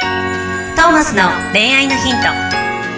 トーマスの恋愛のヒント」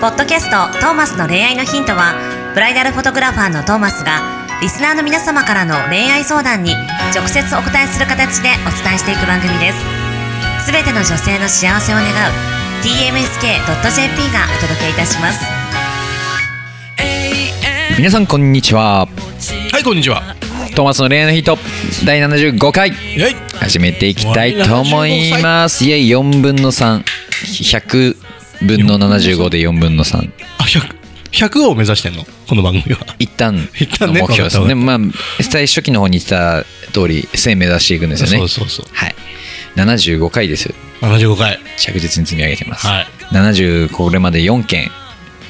ポッドキャスト「トーマスの恋愛のヒントは」ブライダルフォトグラファーのトーマスがリスナーの皆様からの恋愛相談に直接お答えする形でお伝えしていく番組ですすべての女性の幸せを願う tmsk.jp がお届けいたします皆さんこんにちははい、こんにちは。トーマスの恋愛のヒート第75回はい。始めていきたいと思いますいえ4分の3100分の75で4分の3あ、100、100を目指してんのこの番組は。一旦一旦のね目標ですわかっでたわかったもまあ最初期の方に言ってた通り1000目指していくんですよねそうそうそう。はい75回です75回。着実に積み上げてます、はい。 70これまで4件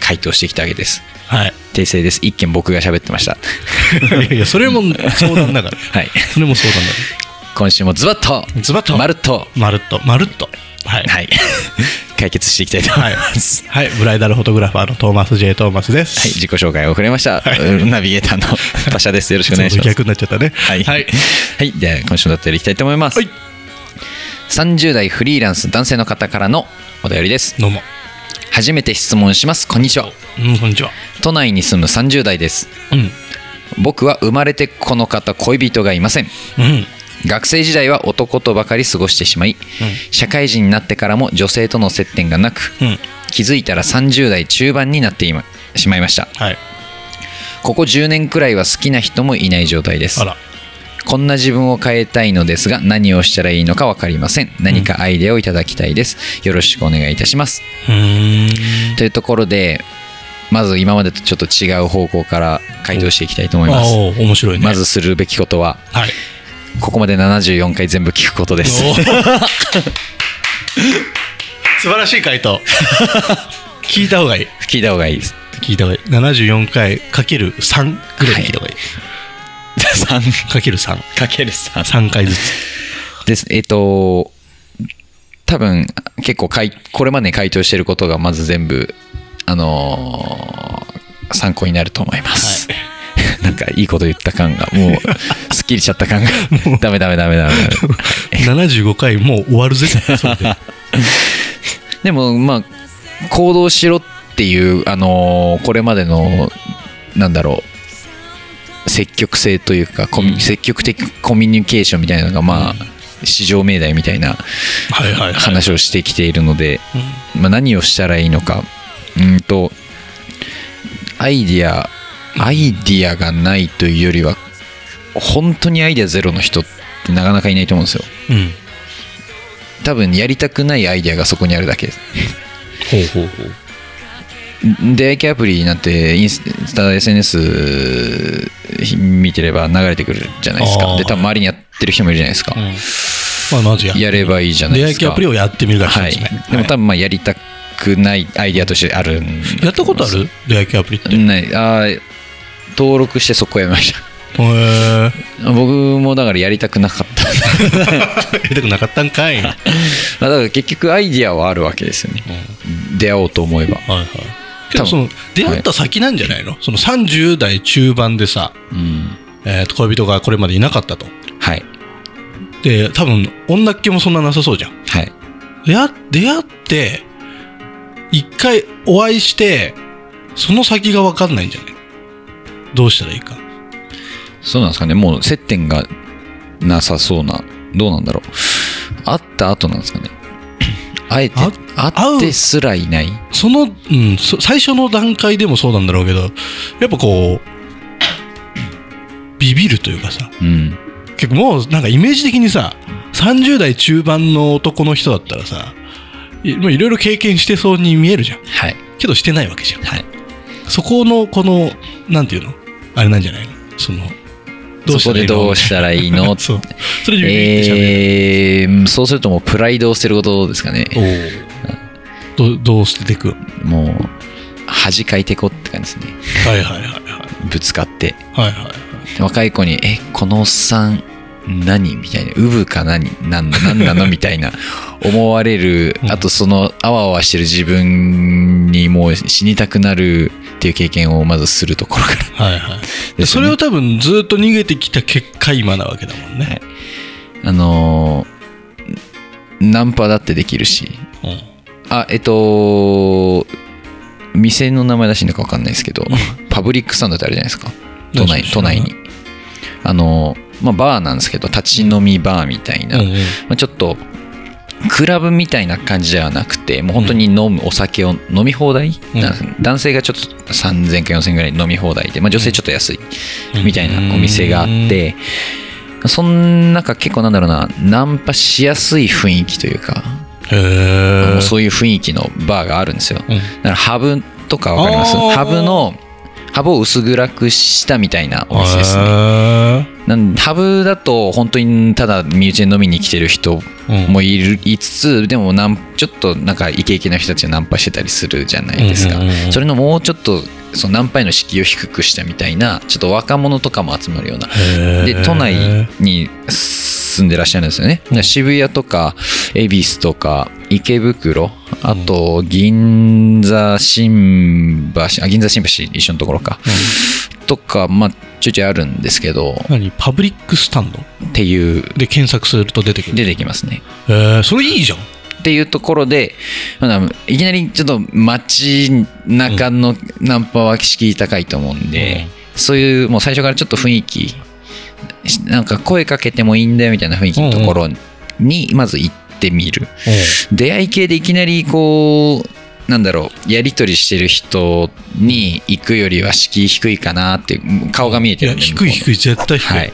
回答してきたわけですはい。訂正です1件僕が喋ってましたいやいや、それも相談だから。 はいそれも相談だか今週もズバッとら。ズバッと。まるっとまるっと。まるっと。はい。はい 解決していきたいと思はいいます、。はい。ブライダルフォトグラファーのトーマス J. トーマスです。はい、自己紹介遅れました、うんナビゲー ターの馬車ですよろしくお願いします逆になっちゃったね。はい、ははいい。では今週のだったりいきたいと思います、はい30代フリーランス男性の方からのお便りですどうも。初めて質問しますこんにちはうん、こんにちは。都内に住む30代ですうん。僕は生まれてこの方恋人がいませんうん。学生時代は男とばかり過ごしてしまい、社会人になってからも女性との接点がなく、うん。気づいたら30代中盤になっていましまいましたはい。ここ10年くらいは好きな人もいない状態ですあら。こんな自分を変えたいのですが何をしたらいいのか分かりません何かアイデアをいただきたいです、よろしくお願いいたしますうーん。というところでまず今までとちょっと違う方向から回答していきたいと思いまあす、お面白いね。ま。ずするべきことははい。ここまで74回全部聞くこと ですおー素晴らしい回答。聞いた方がいい。 聞いた方がいいです 聞いた方がいい74回かける3ぐらい聞いた方がいい、かける3 3×3 3回ずつですえっ、と多分結構かいこれまでに回答してることがまず全部あのー参考になると思います、 なんかいいこと言った感がもうすっきりしちゃった感がダメダメダメダメダメ75回もう終わるぜそれででもまあ行動しろっていうあのーこれまでのなんだろう積極性というかコミュ積極的コミュニケーションみたいなのがまあ至上命題みたいなはいはいはい、話をしてきているので、うんまあ、何をしたらいいのかうんとアイディアアイディアがないというよりは本当にアイディアゼロの人ってなかなかいないと思うんですようん、多分やりたくないアイディアがそこにあるだけですほうほうほう出会い系アプリなんてインスタ SNS 見てれば流れてくるじゃないですあかーで多分周りにやってる人もいるじゃないですか、まあまずややればいいじゃない出で会いすか系アプリをやってみるだけはいですね、でもはい多分まあやりたくないアイディアとしてあるんやったことある出会い系アプリって、へないあー登録してそこやめました え僕もだからやりたくなかった やりたくなかったんかいはいまあだから結局アイディアはあるわけですよね、出会おうと思えば、はいけ多ど分その出会った先なんじゃないの、その30代中盤でさ、えーと恋人がこれまでいなかったとはいで多分女っ気もそんななさそうじゃんはい出会出会って、一回お会いして、その先が分かんないんじゃないどうしたらいいか。そうなんですかねもう接点がなさそうなどうなんだろう会った後なんですかねあえてあ会ってすらいないその、うん、そ最初の段階でもそうなんだろうけど、やっぱこう、ビビるというかさ、うん結構もうなんかイメージ的にさ、30代中盤の男の人だったらさ、いもういろいろ経験してそうに見えるじゃん。はいけどしてないわけじゃん。はいそこの、この、なんていうのあれなんじゃないのその、そこでどうしたらいい のそう。それでビビって喋る。えー、そうするともうプライドを捨てることですかねおお。どどう捨てていくはもう恥かいてこって感じですねいはいはいはい。ぶつかってはいはい。若い子に「えこのおっさん何?」みたいな「ウブか何なんなんなの?」みたいな 思われるうんあとそのあわあわしてる自分にもう死にたくなるっていう経験をまずするところから はいはい。でそすれよねを多分ずっと逃げてきた結果今なわけだもんね。あのーナンパだってできるしうん。あえっと店の名前出していいのか分かんないですけどパブリックサンドってあるじゃないですか都内何都それ内に知あのまあバーなんですけど立ち飲みバーみたいな、うんうんまあ、ちょっとクラブみたいな感じではなくてもう本当に飲むお酒を飲み放題、うんな男性がちょっと3000か4000円ぐらい飲み放題で、まあ、女性ちょっと安いみたいなお店があって、そん中結構なんだろうなナンパしやすい雰囲気というか、へもえうそういう雰囲気のバーがあるんですよだうんからハブとかわかりますあーハブのハブを薄暗くしたみたいなお店ですねへなんハブだと本当にただ身内で飲みに来てる人えもいるいつつでもなんちょっとなんかイケイケな人たちがナンパしてたりするじゃないですか、うんうんうんそれのもうちょっとそのナンパへの敷居を低くしたみたいなちょっと若者とかも集まるようなへーで都内に住んでらっしゃるんですよね、だから渋谷とか恵比寿とか池袋あと銀座新橋あ銀座新橋一緒のところか、とかまあちょいちょいあるんですけど何パブリックスタンドっていうで検索すると出てくる出てきますねへえそれいいじゃんっていうところでなんかいきなりちょっと街中のナンパは敷居高いと思うんで、そういうもう最初からちょっと雰囲気しなんか声かけてもいいんだよみたいな雰囲気のところにまず行ってみる、出会い系でいきなりこうなんだろうやり取りしてる人に行くよりは敷居低いかなっていう顔が見えいてやるんで低い低い絶対低い、はい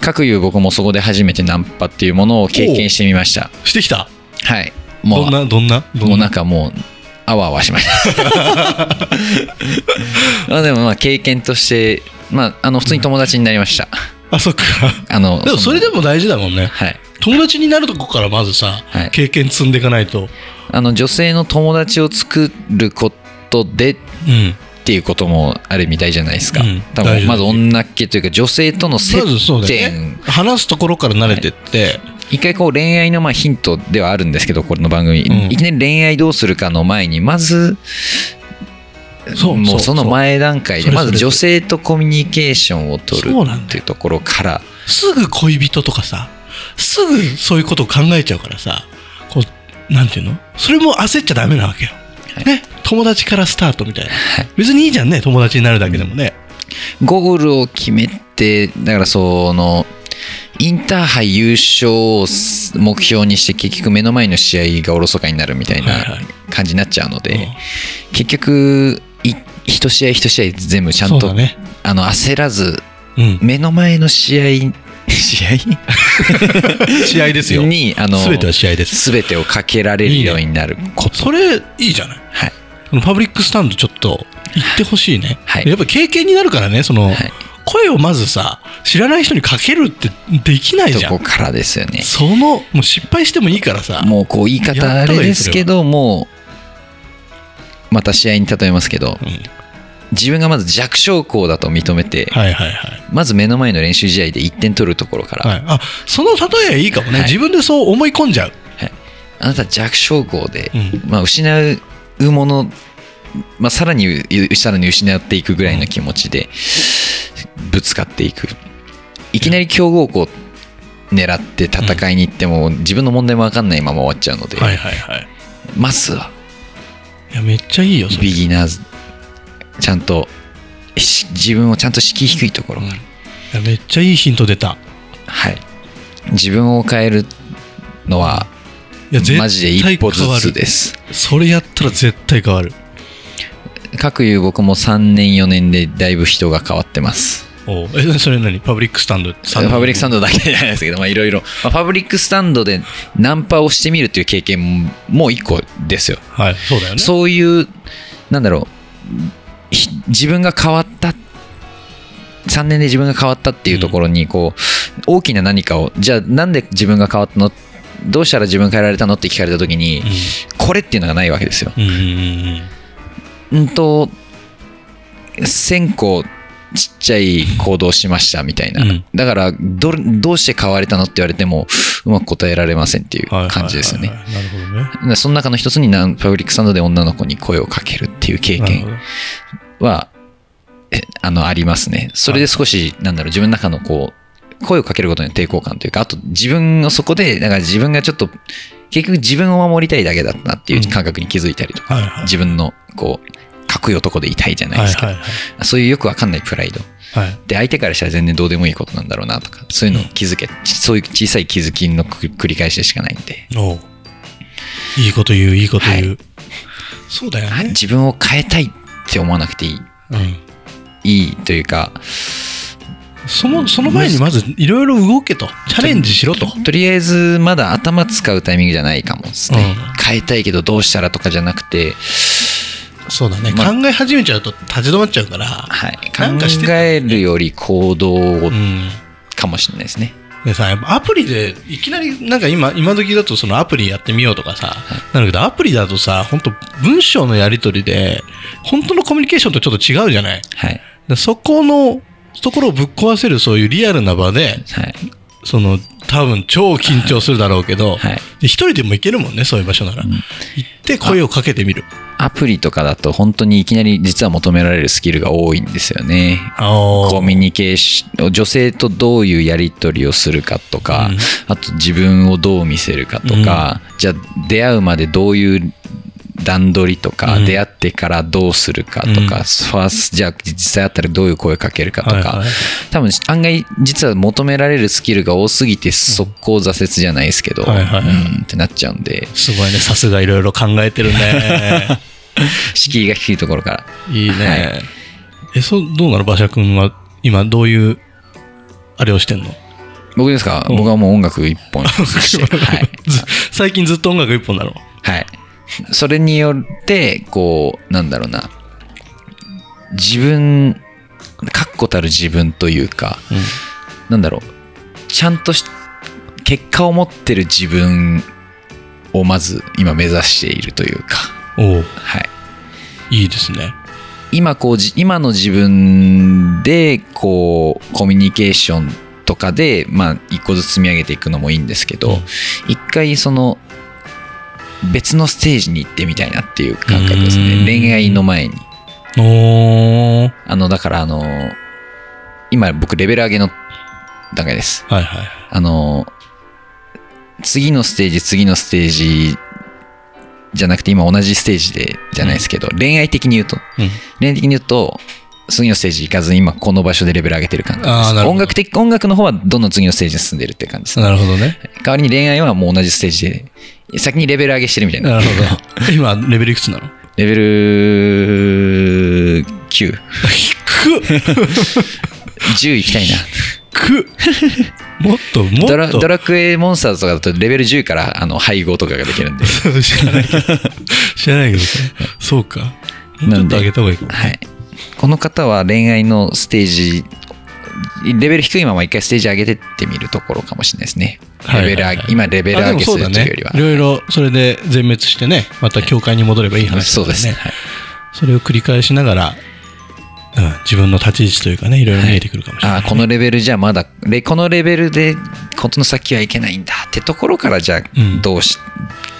各有僕もそこで初めてナンパっていうものを経験してみましたしてきたはいもうどんなどんなどもうなんかもうあわあわしました あでもまあ経験としてまああの普通に友達になりました あそっかあのでもそれでも大事だもんねのはい友達になるとこからまずさ、はい経験積んでいかないとあの女性の友達を作ることでっうんていうこともあるみたいじゃないですか、うん多大事分まず女っ気というか女性との接まずそうだよ点、ね話すところから慣れてって、一回こう恋愛のまあヒントではあるんですけどこの番組、うんいきなり恋愛どうするかの前にまずそうもうその前段階そでれまそずれ女性とコミュニケーションを取るそうなんだよっていうところからすぐ恋人とかさすぐそういうことを考えちゃうからさこうなんていうのそれも焦っちゃダメなわけよ、はいね友達からスタートみたいな、別にいいじゃんね友達になるだけでもね、ゴールを決めてだからそのインターハイ優勝を目標にして結局目の前の試合がおろそかになるみたいはいなはい感じになっちゃうので、うん結局い一試合一試合全部ちゃんそうと、だねあの焦らずうん目の前の試合試合 試合ですよにあの全ては試合です全てをかけられるようになることそれいいじゃないはいパブリックスタンドちょっと行ってほしいね、はいやっぱ経験になるからねその、はい声をまずさ知らない人にかけるってできないじゃとこんからですよねそのもう失敗してもいいからさもうこう言い方やあっれた方がいいですけどもうまた試合に例えますけど、ん自分がまず弱小校だと認めて、はいはいはいまず目の前の練習試合で1点取るところから、はい、あその例えはいいかもはね、い自分でそう思い込んじゃう、あなた弱小校で、うんまあ、失うもの、まあ、さらにうさらに失っていくぐらいの気持ちでぶつかっていくいきなり強豪校狙って戦いに行っても、自分の問題も分かんないまま終わっちゃうので、はいはいはいまずはいやめっちゃいいよそれビギナーズちゃんとし自分をちゃんと敷居低いところ、うんいやめっちゃいいヒント出たはい自分を変えるのはいや絶対変わるマジで一歩ずつですそれやったら絶対変わる各有僕も3年4年でだいぶ人が変わってますおうえそれ何パブリックスタンドパブリックスタンドだけじゃないですけどまあいろいろまあパブリックスタンドでナンパをしてみるっていう経験も一個ですよはいそうだよねそういうなんだろうひ自分が変わった3年で自分が変わったっていうところにこう大きな何かをじゃあなんで自分が変わったのどうしたら自分変えられたのって聞かれた時にこれっていうのがないわけですよ。うんうんうんうんうんと1000個ちっちゃい行動しましたみたいな、うんだからどどうして変われたのって言われてもうまく答えられませんっていう感じですよね。はいはいはいはいなるほどねだからその中の一つにナンパブリックサンドで女の子に声をかけるっていう経なるほ験どはえあのありますねそれで少しなんだろう自分の中のこう声をかけることに抵抗感というかあと自分のそこでだから自分がちょっと結局自分を守りたいだけだったなっていう感覚に気づいたりとか、はいはい自分のこうかっこいい男でいたいじゃないですか、はいはいそういうよくわかんないプライドはいはいで相手からしたら全然どうでもいいことなんだろうなとかそういうのを気づけ、ちそういう小さい気づきの繰繰り返ししかないんで、おういいこと言ういいこと言う、そうだよあね、自分を変えたいって思わなくていいうん、いいというかそのその前にまずいろいろ動けとチャレンジしろととりあえずまだ頭使うタイミングじゃないかもですね、う変えたいけどどうしたらとかじゃなくて、そうだね、ま考え始めちゃうと立ち止まっちゃうからはい、なんかして考えるより行動うんかもしれないですね、でさやっぱアプリでいきなりなんか今今時だとそのアプリやってみようとかさ、なるけどアプリだとさ本当文章のやり取りで本当のコミュニケーションとちょっと違うじゃないはいでそこのところをぶっ壊せるそういうリアルな場ではいその多分超緊張するだろうけど、はいで一人でも行けるもんねそういう場所なら、ん行って声をかけてみるアプリとかだと本当にいきなり実は求められるスキルが多いんですよねあーコミュニケーション女性とどういうやり取りをするかとか、うんあと自分をどう見せるかとか、じゃあ出会うまでどういう段取りとか、うん出会ってからどうするかとか、うんファースじゃあ実際会ったらどういう声かけるかとか、はいはい多分案外実は求められるスキルが多すぎて速攻挫折じゃないですけど、はいはいはいうんってなっちゃうんですごいねさすがいろいろ考えてる ね敷居が低いところからいいね、はいえそうどうなの馬車君は今どういうあれをしてんの僕ですか、うん僕はもう音楽一本に して、はい、ず最近ずっと音楽一本なのはい。それによって、こう、なんだろうな。自分、確固たる自分というか、なんだろう。ちゃんとし、結果を持ってる自分をまず今目指しているというか、おうはい。いいですね今こうじ今の自分でこうコミュニケーションとかでまあ一個ずつ積み上げていくのもいいんですけど、うん一回その別のステージに行ってみたいなっていう感覚ですうねーん恋愛の前におーあのだからあの今僕レベル上げの段階ですはいはいあの次のステージ次のステージじゃなくて今同じステージでじゃないですけど、恋愛的に言うとうん例的に言うと次のステージ行かずに今この場所でレベル上げてる感覚あーでなるすほど音楽的音楽の方はどんどん次のステージに進んでるって感じですなるほどね代わりに恋愛はもう同じステージで先にレベル上げしてるみたい ななるほど 今レベルいくつなのレベル910行きたい な くもっともっとドラドラクエモンスターズとかだとレベル10からあの配合とかができ るんで 知らないけど知らないけどねそうかもうちょっと上げた方がいいかもはいこの方は恋愛のステージレベル低いまま一回ステージ上げてってみるところかもしれないですねレベル上げ、はいはいはい今レベルあで上もげすそうるだというねよりは、いろいろそれで全滅してねまた教会に戻ればいい話そうだからですね、はいそれを繰り返しながら、うん、自分の立ち位置というかねいろいろ見えてくるかもしれない、あーこのレベルじゃまだレこのレベルでこの先はいけないんだってところからじゃあうんどうし、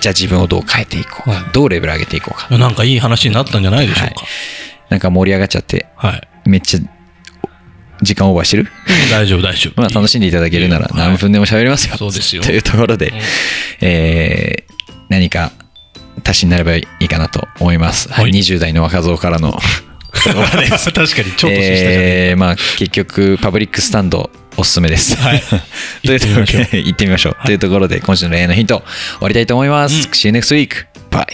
じゃあ自分をどう変えていこうか、はいどうレベル上げていこうか、なんかいい話になったんじゃないでしょうかなんか盛り上がっちゃってはい、めっちゃ時間オーバーしてる 大丈夫大丈夫まあ楽しんでいただけるならいいよ何分でも喋りますよ、そうですよというところで、えー何か足しになればいいかなと思います、はい20代の若造からの 確かにちょっとしたじゃねえーまあ結局パブリックスタンドおすすめです、はい というところ行ってみまし で行ってみましょう、というところで今週の恋愛のヒント終わりたいと思います、See you next week bye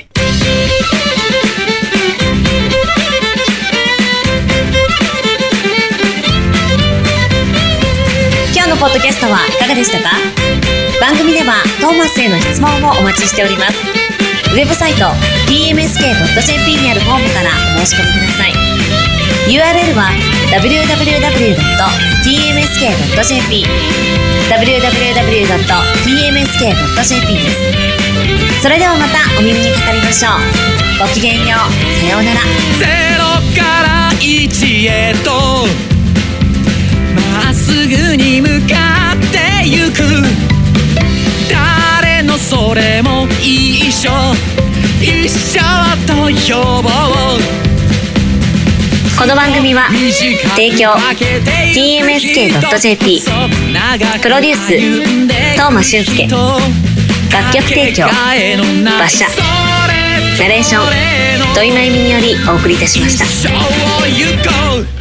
「今日のポッドキャストはいかがでしたか番組ではトーマスへの質問もお待ちしておりますウェブサイト tmsk.jp にあるホームからお申し込みください URL は www.tmsk.jp www.tmsk.jp ですそれではまたお耳にかかりましょうごきげんようさようならゼロから一へとまっすぐに向かってゆく誰のそれも一緒一緒と呼ぼうこの番組は提供 TMSK.jp TMSK.jp プロデュース東間俊介楽曲提供馬車ナレーション土井真由美によりお送りいたしました一生を行こう